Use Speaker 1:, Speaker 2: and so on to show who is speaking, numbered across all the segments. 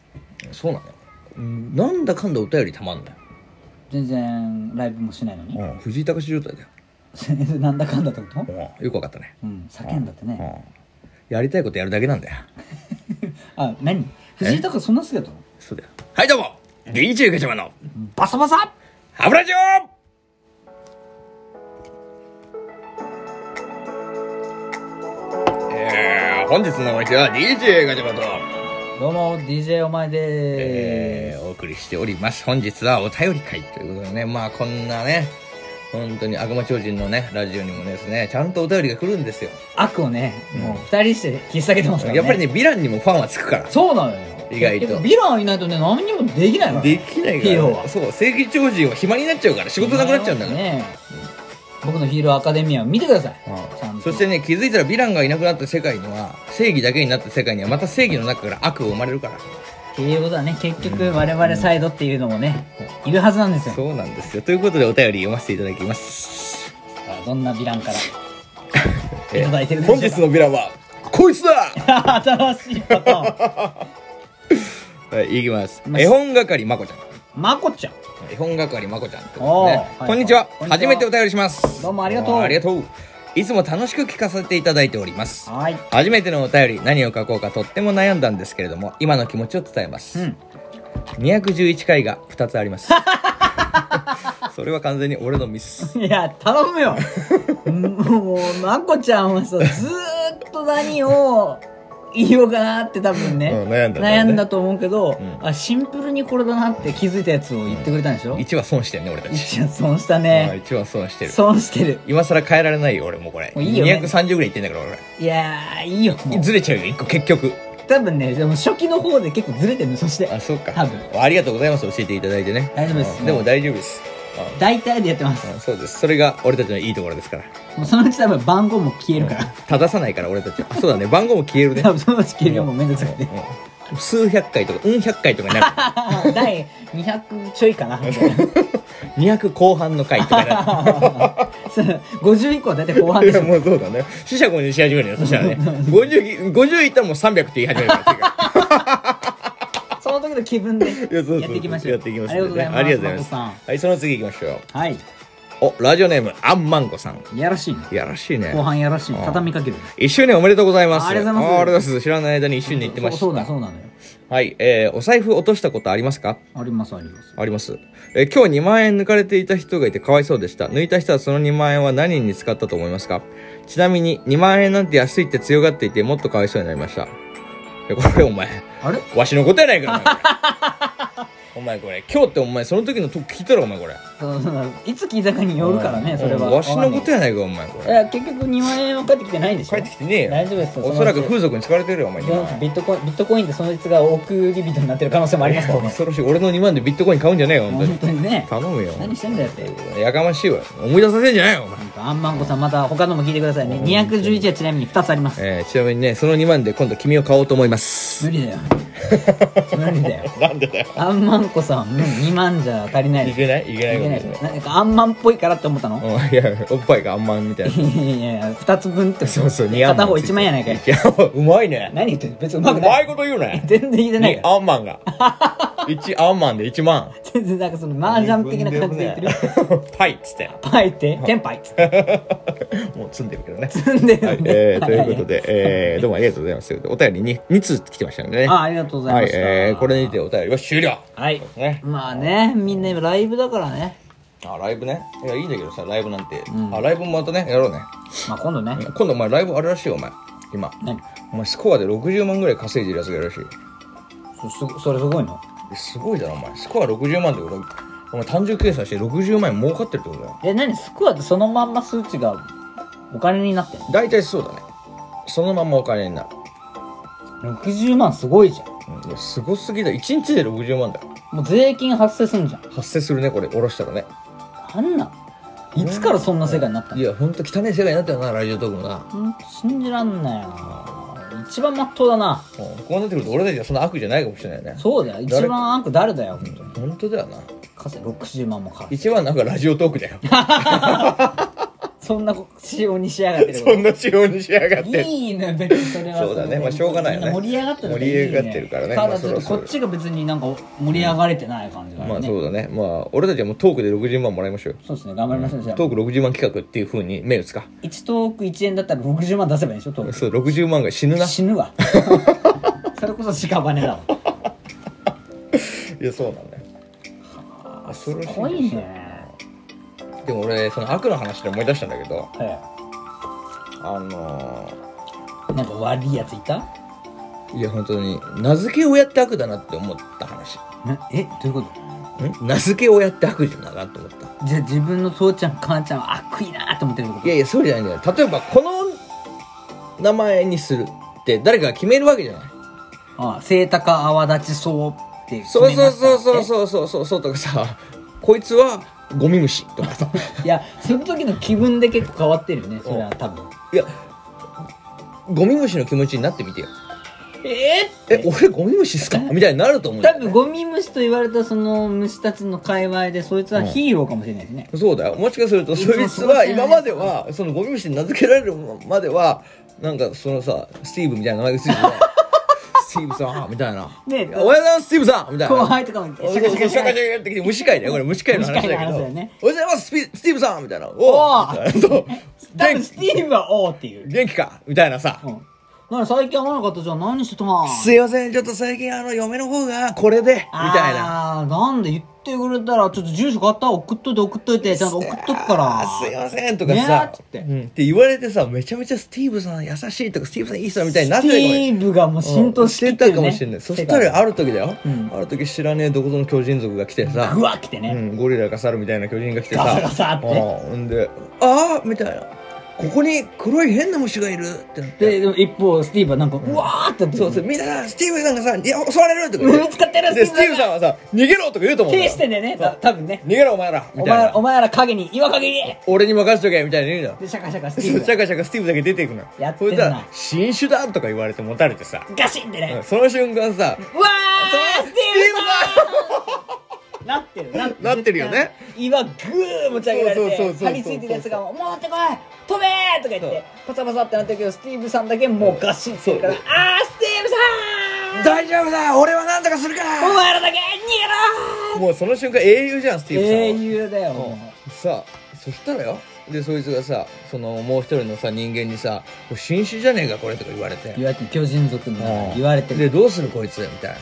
Speaker 1: ねそうなんだようんなんだかんだお便りたまんだよ、
Speaker 2: 全然ライブもしないのに、
Speaker 1: うん、藤井隆状態だよ
Speaker 2: なんだかんだってこと、
Speaker 1: うんよくわかったね、
Speaker 2: うん、叫んだってね、
Speaker 1: うん、やりたいことやるだけなんだよ
Speaker 2: あ何藤井隆そんな好きだったの
Speaker 1: そうだよはいどうも DJ ガチャマンの
Speaker 2: バサバサ
Speaker 1: ハブラジオえー本日のお相手は DJ ガチャマンと、
Speaker 2: どうも DJ お前で
Speaker 1: え
Speaker 2: ー
Speaker 1: ーお送りしております本日はお便り会ということでねまあこんなね本当に悪魔超人のねラジオにもですねちゃんとお便りが来るんですよ
Speaker 2: す、悪をねもう二人して引き下げてますから、ね、
Speaker 1: やっぱりねヴィランにもファンはつくから
Speaker 2: そうなのよ
Speaker 1: 意外と
Speaker 2: やっぱヴィランいないとね何にもできないから
Speaker 1: できないか
Speaker 2: ヒー
Speaker 1: ら
Speaker 2: ロー
Speaker 1: ね
Speaker 2: は
Speaker 1: そう正規超人は暇になっちゃうから仕事なくなっちゃうんだから、
Speaker 2: ね僕のヒーローアカデミアを見てください、ちゃんと
Speaker 1: そしてね気づいたらヴィランがいなくなった世界には正義だけになった世界にはまた正義の中から悪を生まれるから
Speaker 2: っていうことはね結局我々サイドっていうのもね、いるはずなんですよ
Speaker 1: そうなんですよということでお便り読ませていただきます
Speaker 2: さあどんなヴィランから
Speaker 1: え
Speaker 2: いただいてる
Speaker 1: ー
Speaker 2: んでし
Speaker 1: 本
Speaker 2: ょう
Speaker 1: 日のヴ
Speaker 2: か
Speaker 1: ィランはこいつだ
Speaker 2: 新しいパターン
Speaker 1: はいいきます
Speaker 2: ます
Speaker 1: 絵本係まこちゃん
Speaker 2: まこちゃん
Speaker 1: 絵本係まこちゃんってこと
Speaker 2: おー
Speaker 1: です
Speaker 2: は
Speaker 1: ね
Speaker 2: いはい
Speaker 1: こんにちは
Speaker 2: こんにちは
Speaker 1: 初めてお便りします
Speaker 2: どうもありがとう
Speaker 1: ありがとういつも楽しく聞かせていただいております
Speaker 2: はい
Speaker 1: 初めてのお便り何を書こうかとっても悩んだんですけれども今の気持ちを伝えます、
Speaker 2: うん
Speaker 1: 211回が2つあります それは完全に俺のミス
Speaker 2: いや頼むよもうまこちゃんはさずーっと何を言いようかなって多分ね、
Speaker 1: うん悩んだんだね
Speaker 2: 悩んだと思うけど、
Speaker 1: ん
Speaker 2: あシンプルにこれだなって気づいたやつを言ってくれたんでしょ、
Speaker 1: 1は損してるね俺たち
Speaker 2: 一応損した
Speaker 1: ああ
Speaker 2: ね
Speaker 1: 一は損してる
Speaker 2: 損してる
Speaker 1: 今更変えられないよ俺もうこれ
Speaker 2: もういいよね
Speaker 1: 230ぐらいいってんだから
Speaker 2: いやーいいよも
Speaker 1: 俺
Speaker 2: う
Speaker 1: ずれちゃうよ1個結局
Speaker 2: 多分ねでも初期の方で結構ずれてるのそして
Speaker 1: あそうか
Speaker 2: 多分
Speaker 1: ありがとうございます教えていただいてね
Speaker 2: 大丈夫です
Speaker 1: うんでも大丈夫です
Speaker 2: 大体でやってます
Speaker 1: うんうんそうですそれが俺たちのいいところですから
Speaker 2: もうそのうち多分番号も消えるから
Speaker 1: 正さないから俺たちはそうだね番号も消えるね
Speaker 2: 多分そのうち消えるよもうめんどくさくて
Speaker 1: うん数百回とかうん百回とかになる
Speaker 2: あー 第200ちょいかなみたいな
Speaker 1: 200後半の回とかになる
Speaker 2: そう50以降は大体後半
Speaker 1: い
Speaker 2: でし
Speaker 1: や
Speaker 2: ょ
Speaker 1: もうそうだね四捨五入し始めるよそした らね 50, 50いったらもう300って言い始めるから違う
Speaker 2: その時の気分で
Speaker 1: いやそうそうそう
Speaker 2: やっていきましょう
Speaker 1: やっていきまし
Speaker 2: あり
Speaker 1: ょう
Speaker 2: がとうご
Speaker 1: ね
Speaker 2: ざいます
Speaker 1: ありがとうございます
Speaker 2: マコ
Speaker 1: はいその次行きましょう
Speaker 2: はい
Speaker 1: おラジオネームあんまんこさん
Speaker 2: やらしいね
Speaker 1: いやらしいね
Speaker 2: 後半やらしい
Speaker 1: あー
Speaker 2: 畳みかける
Speaker 1: 一周年おめでとうございます
Speaker 2: あありがとうございます
Speaker 1: あありがとうございます知らない間に一周年行ってました
Speaker 2: そうそうだそうなのよ
Speaker 1: はいえーお財布落としたことありますか
Speaker 2: ありますあります
Speaker 1: ありますえー今日2万円抜かれていた人がいてかわいそうでした抜いた人はその2万円は何に使ったと思いますかちなみに2万円なんて安いって強がっていてもっとかわいそうになりましたえこれお前
Speaker 2: あれ
Speaker 1: わしのことやないかお前お 前これ今日ってお前その時のと聞いたろお前これ
Speaker 2: そうそうそういつ聞いたかによるからねそれは
Speaker 1: うんわしのことやないかお前こ
Speaker 2: い
Speaker 1: れ
Speaker 2: や結局2万円は返ってきてないんでしょ
Speaker 1: 帰ってきてねえよ
Speaker 2: 大丈夫ですよ
Speaker 1: おそらく風俗に使われてるよお前
Speaker 2: そのうちビットコインビットコインでそのいつが億り人になってる可能性もありますからね
Speaker 1: 恐ろしい俺の2万でビットコイン買うんじゃねえよ本
Speaker 2: 本当にね
Speaker 1: 当に頼むよ
Speaker 2: 何してんだよって
Speaker 1: やかましいわ思い出させんじゃないよお前
Speaker 2: ほんとあんまんこさんまた他のも聞いてくださいね211はちなみに2つあります
Speaker 1: えーちなみにねその2万で今度君を買おうと思います
Speaker 2: 無理だよ無理だよ
Speaker 1: なんでだよ
Speaker 2: あんまんこさん2万じゃ足りない
Speaker 1: い
Speaker 2: です
Speaker 1: けないいけない
Speaker 2: い
Speaker 1: こと
Speaker 2: けな
Speaker 1: ですね
Speaker 2: いですなんかあんまんっぽいからって思ったの
Speaker 1: うんいやおっぱいがあんまんみたい ない
Speaker 2: やいやいや2つ分ってこと
Speaker 1: そうそう2あんま
Speaker 2: 片
Speaker 1: ん
Speaker 2: 方1万やないかよ
Speaker 1: いやうまいね
Speaker 2: 何言ってる別に
Speaker 1: う
Speaker 2: うまくな
Speaker 1: まい
Speaker 2: い
Speaker 1: こと言うね
Speaker 2: 全然言えてない
Speaker 1: ね
Speaker 2: か、ら
Speaker 1: アンマン が。1アンマンで1万。
Speaker 2: 全然なんかその麻雀的な感じで 言ってるよ
Speaker 1: る。パイっつって。
Speaker 2: パイってテンパイっつって
Speaker 1: もう積んでるけどね。
Speaker 2: 積んで
Speaker 1: はい
Speaker 2: る、ね
Speaker 1: えーということで、えーどうもありがとうございます。お便りに2通来てましたのでね。
Speaker 2: あありがとうござい
Speaker 1: は
Speaker 2: ま
Speaker 1: い、
Speaker 2: した、
Speaker 1: えーこれにてお便りは終了。
Speaker 2: はい
Speaker 1: ね。
Speaker 2: まあねみんな今ライブだからね
Speaker 1: あ、ライブね。いや、いいんだけどさ、ライブなんて。あ、ライブもまたね、やろうね。
Speaker 2: まあ今度ね
Speaker 1: 今度お前ライブあれらしいよ、お前。今。
Speaker 2: 何
Speaker 1: お前スコアで60万ぐらい稼いでるやつがいるらしい。
Speaker 2: そそそれすごいの
Speaker 1: すごいだろ、お前。スコア60万ってことお前単純計算して60万円儲かってるってことだよ。
Speaker 2: え何スクワットそのまんま数値がお金になってんの
Speaker 1: 大体そうだねそのままお金になる、
Speaker 2: 60万すごいじゃん
Speaker 1: うんいやすごすぎだ1日で60万だよ
Speaker 2: もう税金発生すんじゃん
Speaker 1: 発生するねこれ下ろしたらね
Speaker 2: あんなんいつからそんな世界になった
Speaker 1: い
Speaker 2: の
Speaker 1: やほんと汚い世界になったよなラジオトークもな
Speaker 2: ほんと信じらんないよ一番まっとうだな
Speaker 1: うんこうなってくると俺たちはそんな悪じゃないかもしれないね
Speaker 2: そうだよ一番あんこ誰だよほんと
Speaker 1: ほんとだよな
Speaker 2: 稼い60万もか
Speaker 1: 一番なんかラジオトークだよ
Speaker 2: そそんな仕様にしやがってる
Speaker 1: そんな仕様に仕上がって
Speaker 2: いいね別にそれは
Speaker 1: そうだねまあしょうがないよね
Speaker 2: 盛り上がってる
Speaker 1: 盛り上がってるからね
Speaker 2: た
Speaker 1: まあ
Speaker 2: だ
Speaker 1: そ
Speaker 2: ち
Speaker 1: ろ
Speaker 2: ょっと
Speaker 1: そろ
Speaker 2: こっちが別になんか盛り上がれてない感じがあ
Speaker 1: ま
Speaker 2: る
Speaker 1: あ
Speaker 2: ね、
Speaker 1: そうだねまあ俺たちはもうトークで60万もらいましょうよ
Speaker 2: そうですね頑張りましょうじゃあ
Speaker 1: トーク60万企画っていうふうに目打つか
Speaker 2: 1トーク1円だったら60万出せばいいでしょトー
Speaker 1: そう60万が死ぬ
Speaker 2: ク
Speaker 1: な
Speaker 2: 死ぬわ それこそ屍だわ
Speaker 1: いやそうなんだよ恐ろしいですす
Speaker 2: ごいね
Speaker 1: でも俺その悪の話で思い出したんだけど
Speaker 2: は
Speaker 1: あの
Speaker 2: いなんか悪いやついた
Speaker 1: ーいや本当に名付け親って悪だなって思った話
Speaker 2: なえどういうこと
Speaker 1: ん名付け親って悪じゃなかと思った
Speaker 2: じゃあ自分の父ちゃん母ちゃんは悪いなーって思ってるってこ
Speaker 1: いやいやそうじゃないんだよ例えばこの名前にするって誰かが決めるわけじゃない
Speaker 2: とああ背高泡立ちそうって決
Speaker 1: そう
Speaker 2: め
Speaker 1: そ
Speaker 2: ま
Speaker 1: う
Speaker 2: した
Speaker 1: そう
Speaker 2: って
Speaker 1: そうそうそうそうそうとかさこいつはゴミ虫とかさ
Speaker 2: いやその時の気分で結構変わってるよねそれは多分
Speaker 1: いやゴミ虫の気持ちになってみてよ
Speaker 2: え
Speaker 1: え俺ゴミ虫っすかみたいになると思うよ
Speaker 2: 多分ゴミ虫と言われたその虫たちの界隈でそいつはヒーローかもしれないですね、
Speaker 1: そうだよもしかするとそいつ
Speaker 2: そうそう
Speaker 1: は
Speaker 2: そう
Speaker 1: 今まではそのゴミ虫に名付けられるまではなんかそのさスティーブみたいな名前がついてて スティーブさんみたいな「
Speaker 2: ね
Speaker 1: おはようございますスティーブさん」みたいな
Speaker 2: 後輩とかもシ
Speaker 1: そう
Speaker 2: ャ
Speaker 1: そう
Speaker 2: カ
Speaker 1: そう
Speaker 2: シャ
Speaker 1: シャカ
Speaker 2: カ
Speaker 1: シ
Speaker 2: シ
Speaker 1: ャ
Speaker 2: ャ
Speaker 1: カ
Speaker 2: カ
Speaker 1: じゃなくて虫界だよこれ虫界の話だけど
Speaker 2: 虫飼いの話だよね
Speaker 1: おはようございますスピスティーブさん」みたいな「お
Speaker 2: おー
Speaker 1: みたいなそう
Speaker 2: 多
Speaker 1: 元
Speaker 2: 分ス
Speaker 1: 気
Speaker 2: ティーブはおーっていう、
Speaker 1: 元気かみたいなさ
Speaker 2: うん、なんか最近会わなかったじゃん何してたん
Speaker 1: 「すいませんちょっと最近あの嫁の方がこれで」みたいな
Speaker 2: あーなんで言ってくれたらちょっと住所買った送っといて送っといてちゃんと送っとくから
Speaker 1: あーすいませんとか
Speaker 2: ね
Speaker 1: さ
Speaker 2: ーっつって
Speaker 1: うんって言われてさめちゃめちゃスティーブさん優しいとかスティーブさんいい人みたいになって
Speaker 2: ステ
Speaker 1: たかも
Speaker 2: ィーブがもう浸透して
Speaker 1: たかもしれないそしたらある時だよ
Speaker 2: うん
Speaker 1: ある時知らねえどこぞの巨人族が来てさ
Speaker 2: ぐわ来てね、
Speaker 1: うんゴリラが猿みたいな巨人が来てさ
Speaker 2: ガサガサって
Speaker 1: うんんで「ああ」みたいな「ここに黒い変な虫がいる」ってなっ
Speaker 2: で
Speaker 1: て
Speaker 2: でも一方スティーブはなんか、うわーってやって
Speaker 1: そうそうみんなさスティーブさんがさ「いや襲われる」とか言っ
Speaker 2: 見つかってる
Speaker 1: でスティーブさんはさ「逃げろ」とか言うと思うんだ
Speaker 2: 手
Speaker 1: よ
Speaker 2: してんだよねた多分ね
Speaker 1: 逃げろお前ら」み
Speaker 2: お
Speaker 1: たい
Speaker 2: 前
Speaker 1: な
Speaker 2: らお前ら影に岩影に
Speaker 1: 俺に任せとけみたいな言うのよ
Speaker 2: でシャカシャカスティ
Speaker 1: シ
Speaker 2: ーブが
Speaker 1: ャカシャカスティーブだけ出ていくの
Speaker 2: やって
Speaker 1: そ
Speaker 2: んな
Speaker 1: れたら新種だとか言われて持たれてさ
Speaker 2: ガシンってね、
Speaker 1: うんその瞬間さ
Speaker 2: うわースティーブさんなってるなって
Speaker 1: なってるよね
Speaker 2: 岩グー持ち上げられ
Speaker 1: そうそうそうそう
Speaker 2: て
Speaker 1: そう
Speaker 2: 張り付いてるやつが「もう戻ってこい飛べ!」とか言ってパサパサってなってるけどスティーブさんだけもうガシンってるから「あ
Speaker 1: そう
Speaker 2: ースティーブさ
Speaker 1: 「大丈夫だ俺は何とかするか
Speaker 2: んお
Speaker 1: ら!
Speaker 2: 前らだけ逃」
Speaker 1: もうその瞬間英雄じゃんスティー
Speaker 2: げろ!」
Speaker 1: ブさんは
Speaker 2: 英雄だよ
Speaker 1: さあそしたらよでそいつがさそのもう一人のさ人間にさ「これ新種じゃねえかこれ」とか言われて
Speaker 2: 言われて巨人族みたいな言われて
Speaker 1: で
Speaker 2: る
Speaker 1: どうするこいつみたい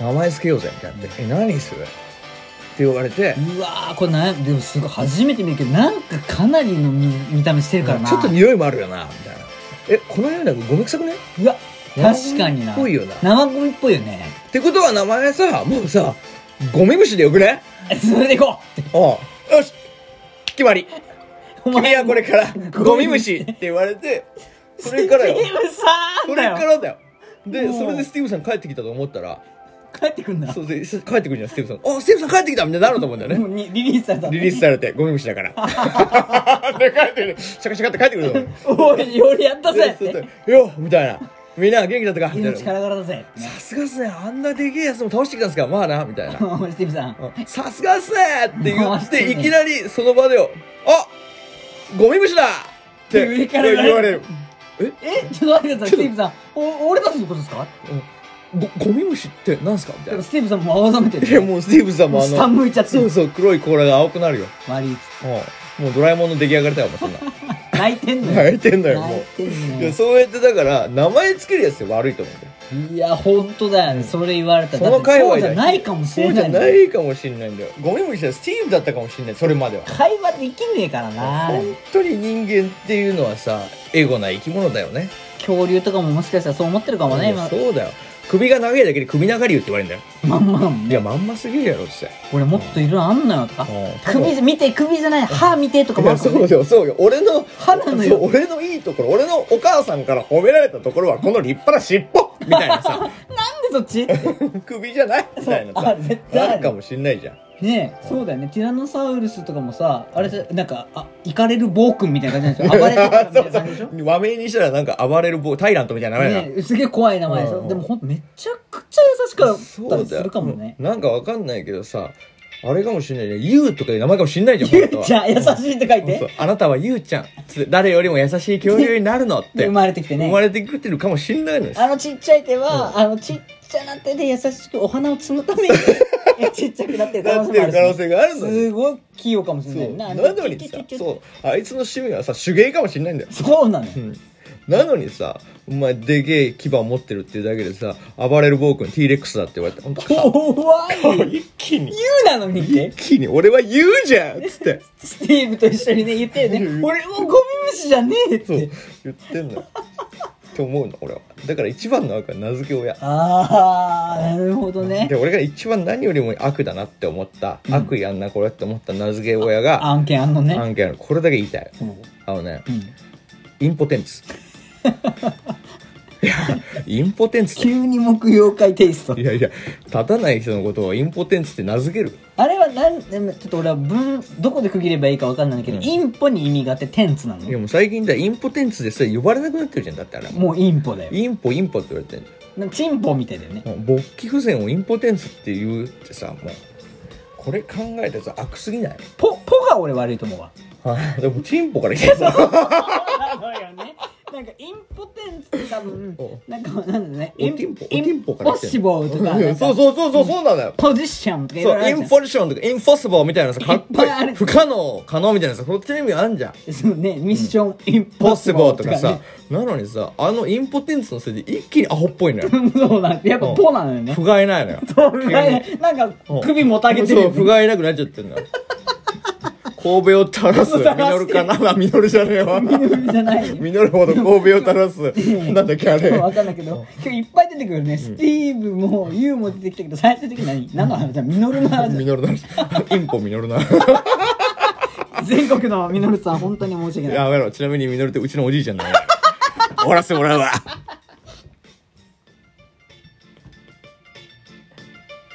Speaker 1: な名前つけようぜみたいなって「え何する?」って言われて
Speaker 2: うわーこれなでもすごい初めて見るけどなんかかなりの見見た目してるからな
Speaker 1: ちょっと匂いもあるよなみたいな「えこの世の中ゴミ臭くね?」
Speaker 2: うわ確かにな
Speaker 1: 生ゴミっぽいよな
Speaker 2: 生ゴミっぽいよね
Speaker 1: ってことは名前さもうさゴミ虫でよくね
Speaker 2: それでいこう
Speaker 1: ああよし決まり
Speaker 2: お
Speaker 1: 君はこれからゴ
Speaker 2: ゴ
Speaker 1: ミ
Speaker 2: ミ
Speaker 1: 虫
Speaker 2: 虫
Speaker 1: って言われてそれからよ
Speaker 2: スティーブさ
Speaker 1: そ
Speaker 2: ん
Speaker 1: れ
Speaker 2: だ
Speaker 1: か
Speaker 2: よ
Speaker 1: らだよで
Speaker 2: もう
Speaker 1: それでスティーブさん帰ってきたと思ったら
Speaker 2: 帰ってくんだ
Speaker 1: そうで帰ってくるじゃんスティーブさんあスティーブさん帰ってきたみたいになると思うんだよ
Speaker 2: も
Speaker 1: ね
Speaker 2: うにリリースされた
Speaker 1: リリースされてゴミ虫だから で帰ってくるシャカシャカって帰ってくると思う
Speaker 2: おいよりやったぜ
Speaker 1: で
Speaker 2: っ
Speaker 1: そうや
Speaker 2: て
Speaker 1: ってよっみたいなみんな元気だったかみたいな
Speaker 2: 命からがらだぜってね
Speaker 1: さすがっすねあんなでけえやつも倒してきたんですかまあなみたいな
Speaker 2: おいスティーブさん
Speaker 1: さすがっすねって言
Speaker 2: 回
Speaker 1: っ
Speaker 2: して
Speaker 1: て、
Speaker 2: ね
Speaker 1: いきなりその場でよ、あゴミ虫だって
Speaker 2: 上
Speaker 1: 言
Speaker 2: か
Speaker 1: わ
Speaker 2: らね
Speaker 1: れる。
Speaker 2: えちょっと待ってくださいスティーブさんお俺たちのことですか
Speaker 1: ごゴミ虫ってなんすかみた
Speaker 2: だか
Speaker 1: い
Speaker 2: ら
Speaker 1: な。
Speaker 2: スティーブさんも青ざめて
Speaker 1: いや、
Speaker 2: る
Speaker 1: もうスティーブさんもあ
Speaker 2: 下
Speaker 1: の、
Speaker 2: 向いちゃって
Speaker 1: そうそう、黒い甲羅が青くなるよ。
Speaker 2: 悪いっつっ
Speaker 1: うんもうドラえもんの出来上がりだよ、もうそんな。
Speaker 2: て泣いてんのよ
Speaker 1: 泣いてんだよ、
Speaker 2: 泣
Speaker 1: も。
Speaker 2: いうてんの
Speaker 1: いや
Speaker 2: よ
Speaker 1: そうやってだから、名前つけるやつって悪いと思うんだよ。
Speaker 2: いや本当だよねそれ言われた
Speaker 1: そ
Speaker 2: らだ
Speaker 1: の
Speaker 2: って
Speaker 1: 界
Speaker 2: そ
Speaker 1: 隈
Speaker 2: うじゃないかもしれない
Speaker 1: そうじゃないかもしれないんだよ。ゴミ虫はスティーブだったかもしれない、それまでは。
Speaker 2: 会話できねえからな
Speaker 1: 本当に人間っていうのはさ、エゴな生き物だよね。
Speaker 2: 恐竜とかももしかしたらそう思ってるかも
Speaker 1: い
Speaker 2: ね
Speaker 1: や
Speaker 2: 今
Speaker 1: そうだよ首が長いだけで首長竜って言われるんだよ
Speaker 2: まんまだもん
Speaker 1: い
Speaker 2: ね
Speaker 1: やまんますぎるやろって
Speaker 2: 俺もっといろいろあんのよとか
Speaker 1: うん
Speaker 2: 首見て首じゃない歯見てとか
Speaker 1: い
Speaker 2: もあ
Speaker 1: や
Speaker 2: るか
Speaker 1: そ
Speaker 2: らね
Speaker 1: うよそうよ俺の
Speaker 2: 歯なのよ
Speaker 1: そう俺のいいところ俺のお母さんから褒められたところはこの立派な尻尾みたいな さ
Speaker 2: なんでそっち
Speaker 1: 首じゃないみたいな
Speaker 2: そう
Speaker 1: さ
Speaker 2: あ絶対ある
Speaker 1: あるかもしんないじゃん
Speaker 2: ねえそうだよねティラノサウルスとかもさあれさなんかあ行かれる暴君みたいな感じなんでしょ暴れて るみたいな感じでしょね
Speaker 1: 和名にしたらなんか暴れる棒タイラントみたいな名前だな
Speaker 2: えすげえ怖い名前でし
Speaker 1: うん
Speaker 2: ょでもほんとめちゃくちゃ優しかった
Speaker 1: そう
Speaker 2: り
Speaker 1: だ
Speaker 2: す
Speaker 1: よ
Speaker 2: るかもね
Speaker 1: なんかわかんないけどさあれかもしれないね。ゆうとかいう名前かもしれないじゃん、
Speaker 2: ゆ
Speaker 1: 本当
Speaker 2: う
Speaker 1: は
Speaker 2: ちゃん、優しいって書い
Speaker 1: そう
Speaker 2: て。
Speaker 1: あなたはゆうちゃん。つって誰よりも優しい恐竜になるのって。
Speaker 2: で生まれてきてね
Speaker 1: 生まれてくってるかもしれないのです。
Speaker 2: あのちっちゃい手は、あのちっちゃな手で優しくお花を摘むために えちっちゃくなってる可能性もあるし
Speaker 1: なってる可能性があるのに
Speaker 2: すごい器用かもしれ
Speaker 1: そ。
Speaker 2: ないう
Speaker 1: な
Speaker 2: あ
Speaker 1: のにさ
Speaker 2: ちょちょちょちょ
Speaker 1: そうあいつの趣味はさ手芸かもしれないんだよ、
Speaker 2: そうなのよ
Speaker 1: うん、なのにさお前でげえ牙を持ってるっていうだけでさ暴れる暴君 T レックスだって言われて本当 か
Speaker 2: 怖い言う
Speaker 1: 一気に
Speaker 2: なのにって
Speaker 1: 一気に俺は言うじゃんっつっ て
Speaker 2: スティーブと一緒にね言ってね
Speaker 1: うん
Speaker 2: 俺もゴミ虫じゃねえっ
Speaker 1: そう
Speaker 2: て
Speaker 1: 言ってんのよって思うの俺はだから一番の悪は名付け親
Speaker 2: ああなるほどね
Speaker 1: で俺が一番何よりも悪だなって思った、悪やんなこれって思った名付け親が
Speaker 2: 案件あんのね
Speaker 1: 案件あるこれだけ言いたい
Speaker 2: うん
Speaker 1: あのね
Speaker 2: う
Speaker 1: イ
Speaker 2: ん
Speaker 1: ンポテンツいやインポテンツって
Speaker 2: 急に木曜会テイスト
Speaker 1: いやいや立たない人のことをインポテンツって名付ける
Speaker 2: あれはなんでもちょっと俺は文どこで区切ればいいかわかんないんだけど、
Speaker 1: うん
Speaker 2: インポに意味があってテンツない
Speaker 1: や
Speaker 2: の
Speaker 1: もう最近だインポテンツでさ呼ばれなくなってるじゃんだってあれ
Speaker 2: もうインポだよ
Speaker 1: インポインポって言われてんじ
Speaker 2: なんかチンポみたいだよね
Speaker 1: ゃんもう勃起不全をインポテンツって言うってさもうこれ考えたらさ悪すぎない
Speaker 2: ポポが俺悪いと思うわ
Speaker 1: あでもチンポから来てさ
Speaker 2: なのよねなんかインポテンツって多分なんかなんだね
Speaker 1: お
Speaker 2: イン
Speaker 1: テンポお
Speaker 2: イ
Speaker 1: テン
Speaker 2: ン
Speaker 1: ポ
Speaker 2: ポ
Speaker 1: から来て
Speaker 2: ッシブルとかなんか
Speaker 1: そうそうそうそうそうなのよ
Speaker 2: ポジションとかいろい
Speaker 1: そ
Speaker 2: ろ
Speaker 1: う
Speaker 2: あ
Speaker 1: イ
Speaker 2: るじ
Speaker 1: ン
Speaker 2: ゃん
Speaker 1: フォルションとかインフォッシブルみたいなさかっこい
Speaker 2: いっぱい あ
Speaker 1: い
Speaker 2: る
Speaker 1: 不可能可能みたいなさそっちの意味あんじゃん
Speaker 2: そうねミッションイン
Speaker 1: ポ
Speaker 2: ポ
Speaker 1: ッ
Speaker 2: ッシ
Speaker 1: シ
Speaker 2: ブル
Speaker 1: ボー
Speaker 2: と
Speaker 1: と
Speaker 2: か,、
Speaker 1: か
Speaker 2: ね、
Speaker 1: さ、なのにさ、あのインポテンツのせいで一気にアホっぽいのよ。
Speaker 2: そうなんやっぱポなのよね
Speaker 1: 不甲斐ないのよ。
Speaker 2: そうなんか首もたげてる
Speaker 1: そ
Speaker 2: よ
Speaker 1: う、
Speaker 2: ね
Speaker 1: 不甲斐なくなっちゃってんのよ。神戸を垂らす、ミノルかなミノルじゃねえわ。
Speaker 2: 緑じゃないよ
Speaker 1: ミノルほど神戸を垂らす。なんだっけ、あれ。
Speaker 2: わかんないけど今日いっぱい出てくるねスティーブもユウも出てきたけど最終的に何何の話だミノルの話
Speaker 1: ミノルの話。インポミノルな。
Speaker 2: 全国のミノルさん本当に申し訳ない
Speaker 1: やめろ。ちなみにミノルってうちのおじいちゃんだよ。終わらせてもらうわ。